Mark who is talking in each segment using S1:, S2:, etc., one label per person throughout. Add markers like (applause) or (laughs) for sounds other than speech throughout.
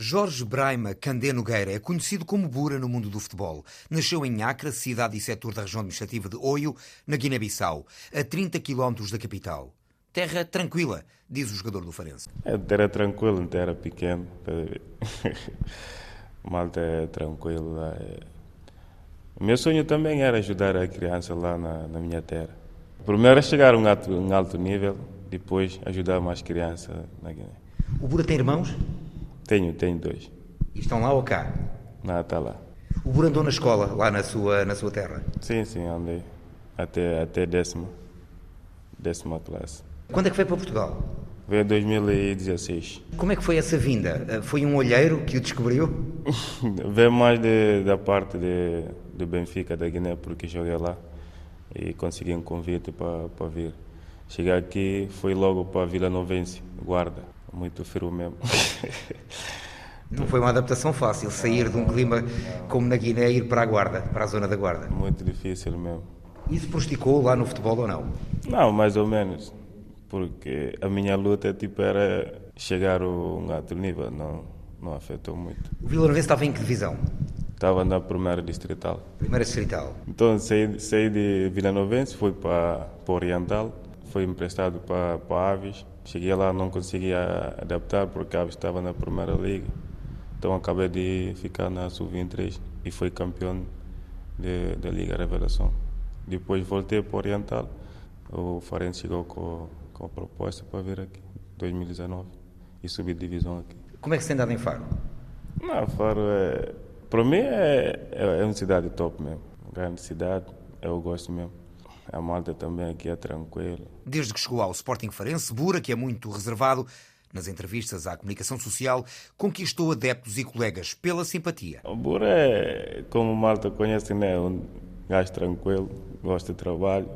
S1: Jorge Braima Candé Nogueira é conhecido como Bura no mundo do futebol. Nasceu em Acre, cidade e setor da região administrativa de Oio, na Guiné-Bissau, a 30 quilómetros da capital. Terra tranquila, diz o jogador do Farense.
S2: É terra tranquila, terra pequena. (laughs) Malta é tranquila. O meu sonho também era ajudar a criança lá na, na minha terra. Primeiro é chegar a um alto, um alto nível, depois ajudar mais crianças na Guiné.
S1: O Bura tem irmãos?
S2: Tenho, tenho dois.
S1: E estão lá ou cá?
S2: Não, está lá.
S1: O Bura andou na escola, lá na sua, na sua terra?
S2: Sim, sim, andei. Até, até décima. Décima classe.
S1: Quando é que veio para Portugal?
S2: Veio em 2016.
S1: Como é que foi essa vinda? Foi um olheiro que o descobriu?
S2: (laughs) veio mais de, da parte de, do Benfica, da Guiné, porque joguei lá e consegui um convite para, para vir. Cheguei aqui, fui logo para Vila Novense, Guarda muito frio mesmo. (laughs)
S1: Não foi uma adaptação fácil sair de um clima como na Guiné e ir para a Guarda, para a zona da Guarda.
S2: Muito difícil mesmo.
S1: Isso prosticou lá no futebol ou não?
S2: Não, mais ou menos. Porque a minha luta tipo, era chegar a um alto nível, não, não afetou muito.
S1: O Vila Novense estava em que divisão?
S2: Estava na primeira distrital.
S1: Primeira distrital.
S2: Então saí, saí de Vila Novense, fui para, para Oriental, fui emprestado para, para Aves. Cheguei lá, não conseguia adaptar porque a Aves estava na primeira liga. Então acabei de ficar na sub-23 e fui campeão de, da Liga Revelação. Depois voltei para o Oriental. O Farense chegou com, com a proposta para vir aqui, 2019, e subir divisão aqui.
S1: Como é que você andava em Faro?
S2: Não, Faro é. Para mim é, é, é uma cidade top mesmo. Grande cidade, eu gosto mesmo. A malta também aqui é tranquila.
S1: Desde que chegou ao Sporting Farense, Bura, que é muito reservado, nas entrevistas à comunicação social, conquistou adeptos e colegas pela simpatia.
S2: O Bura é, como malta conhece, né? um gajo tranquilo, gosta de trabalho,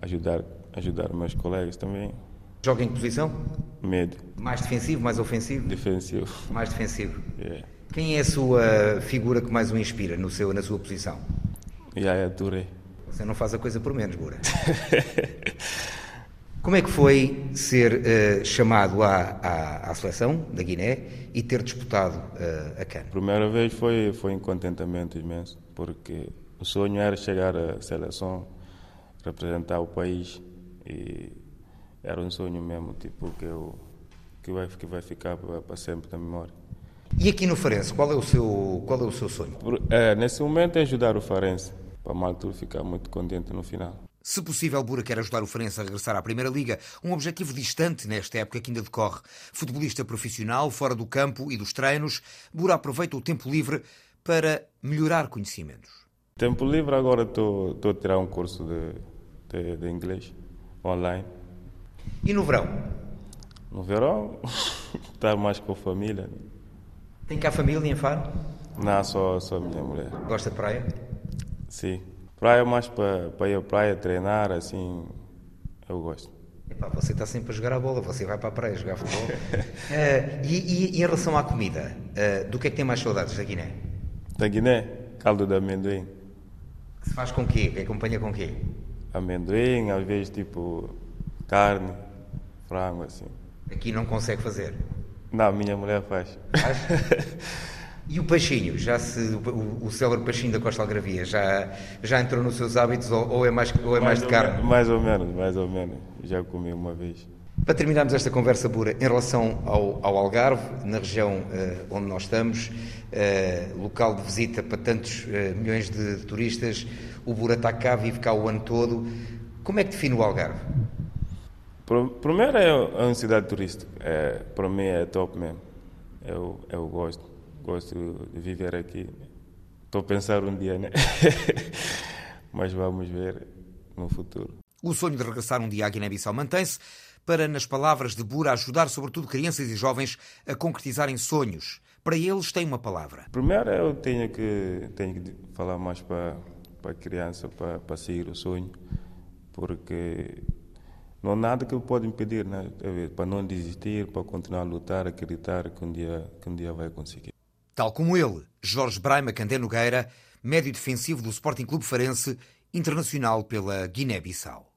S2: ajudar, ajudar meus colegas também.
S1: Joga em que posição?
S2: Medo.
S1: Mais defensivo, mais ofensivo?
S2: Defensivo. (laughs)
S1: Mais defensivo.
S2: Yeah.
S1: Quem é a sua figura que mais o inspira no seu, na sua posição?
S2: Yaya yeah, Touré. Yeah,
S1: você não faz a coisa por menos, (laughs) Bura. Como é que foi ser uh, chamado à, à, à, seleção da Guiné e ter disputado uh, a CAN?
S2: A primeira vez foi, foi um contentamento imenso, porque o sonho era chegar à seleção, representar o país e era um sonho mesmo, tipo, que, eu, que, vai, que vai ficar para sempre na memória.
S1: E aqui no Farense, qual é o seu, qual é o seu sonho?
S2: Por, é, nesse momento é ajudar o Farense para Maltur ficar muito contente no final.
S1: Se possível, Bura quer ajudar o Farense a regressar à Primeira Liga, um objetivo distante nesta época que ainda decorre. Futebolista profissional, fora do campo e dos treinos, Bura aproveita o tempo livre para melhorar conhecimentos.
S2: Tempo livre, agora estou, estou a tirar um curso de, de, de inglês online.
S1: E no verão?
S2: No verão, (laughs) estar mais com a família.
S1: Tem cá família em Faro?
S2: Não, só, só a minha mulher.
S1: Gosta de praia?
S2: Sim. Praia mais para, para ir à praia, treinar, assim, eu gosto.
S1: Epá, você está sempre a jogar a bola, você vai para a praia jogar futebol. (laughs) uh, e, e, e, em relação à comida, uh, do que é que tem mais saudades da Guiné?
S2: Da Guiné? Caldo de amendoim.
S1: Que se faz com quê? Que acompanha com quê?
S2: Amendoim, às vezes tipo carne, frango, assim.
S1: Aqui não consegue fazer?
S2: Não, minha mulher faz.
S1: Faz? E o peixinho, já se o, o célebre peixinho da Costa Algravia já já entrou nos seus hábitos ou, ou é mais ou é mais, mais de carne?
S2: Menos, mais ou menos, mais ou menos. Já comi uma vez.
S1: Para terminarmos esta conversa pura em relação ao, ao Algarve, na região uh, onde nós estamos, uh, local de visita para tantos uh, milhões de, de turistas, o Bura está cá, vive cá o ano todo. Como é que define o Algarve?
S2: Primeiro é uma cidade turística, é, para mim é top mesmo, eu, eu gosto gosto de viver aqui. Estou a pensar um dia, né? (laughs) Mas vamos ver no futuro.
S1: O sonho de regressar um dia à Guiné-Bissau mantém-se para, nas palavras de Bura, ajudar sobretudo crianças e jovens a concretizarem sonhos. Para eles tem uma palavra.
S2: Primeiro eu tenho que, tenho que falar mais para, para a criança, para, para seguir o sonho, porque não há nada que pode impedir, né? para não desistir, para continuar a lutar, acreditar que um dia, que um dia vai conseguir.
S1: Tal como ele, Jorge Braima Candé Nogueira, médio defensivo do Sporting Clube Farense, internacional pela Guiné-Bissau.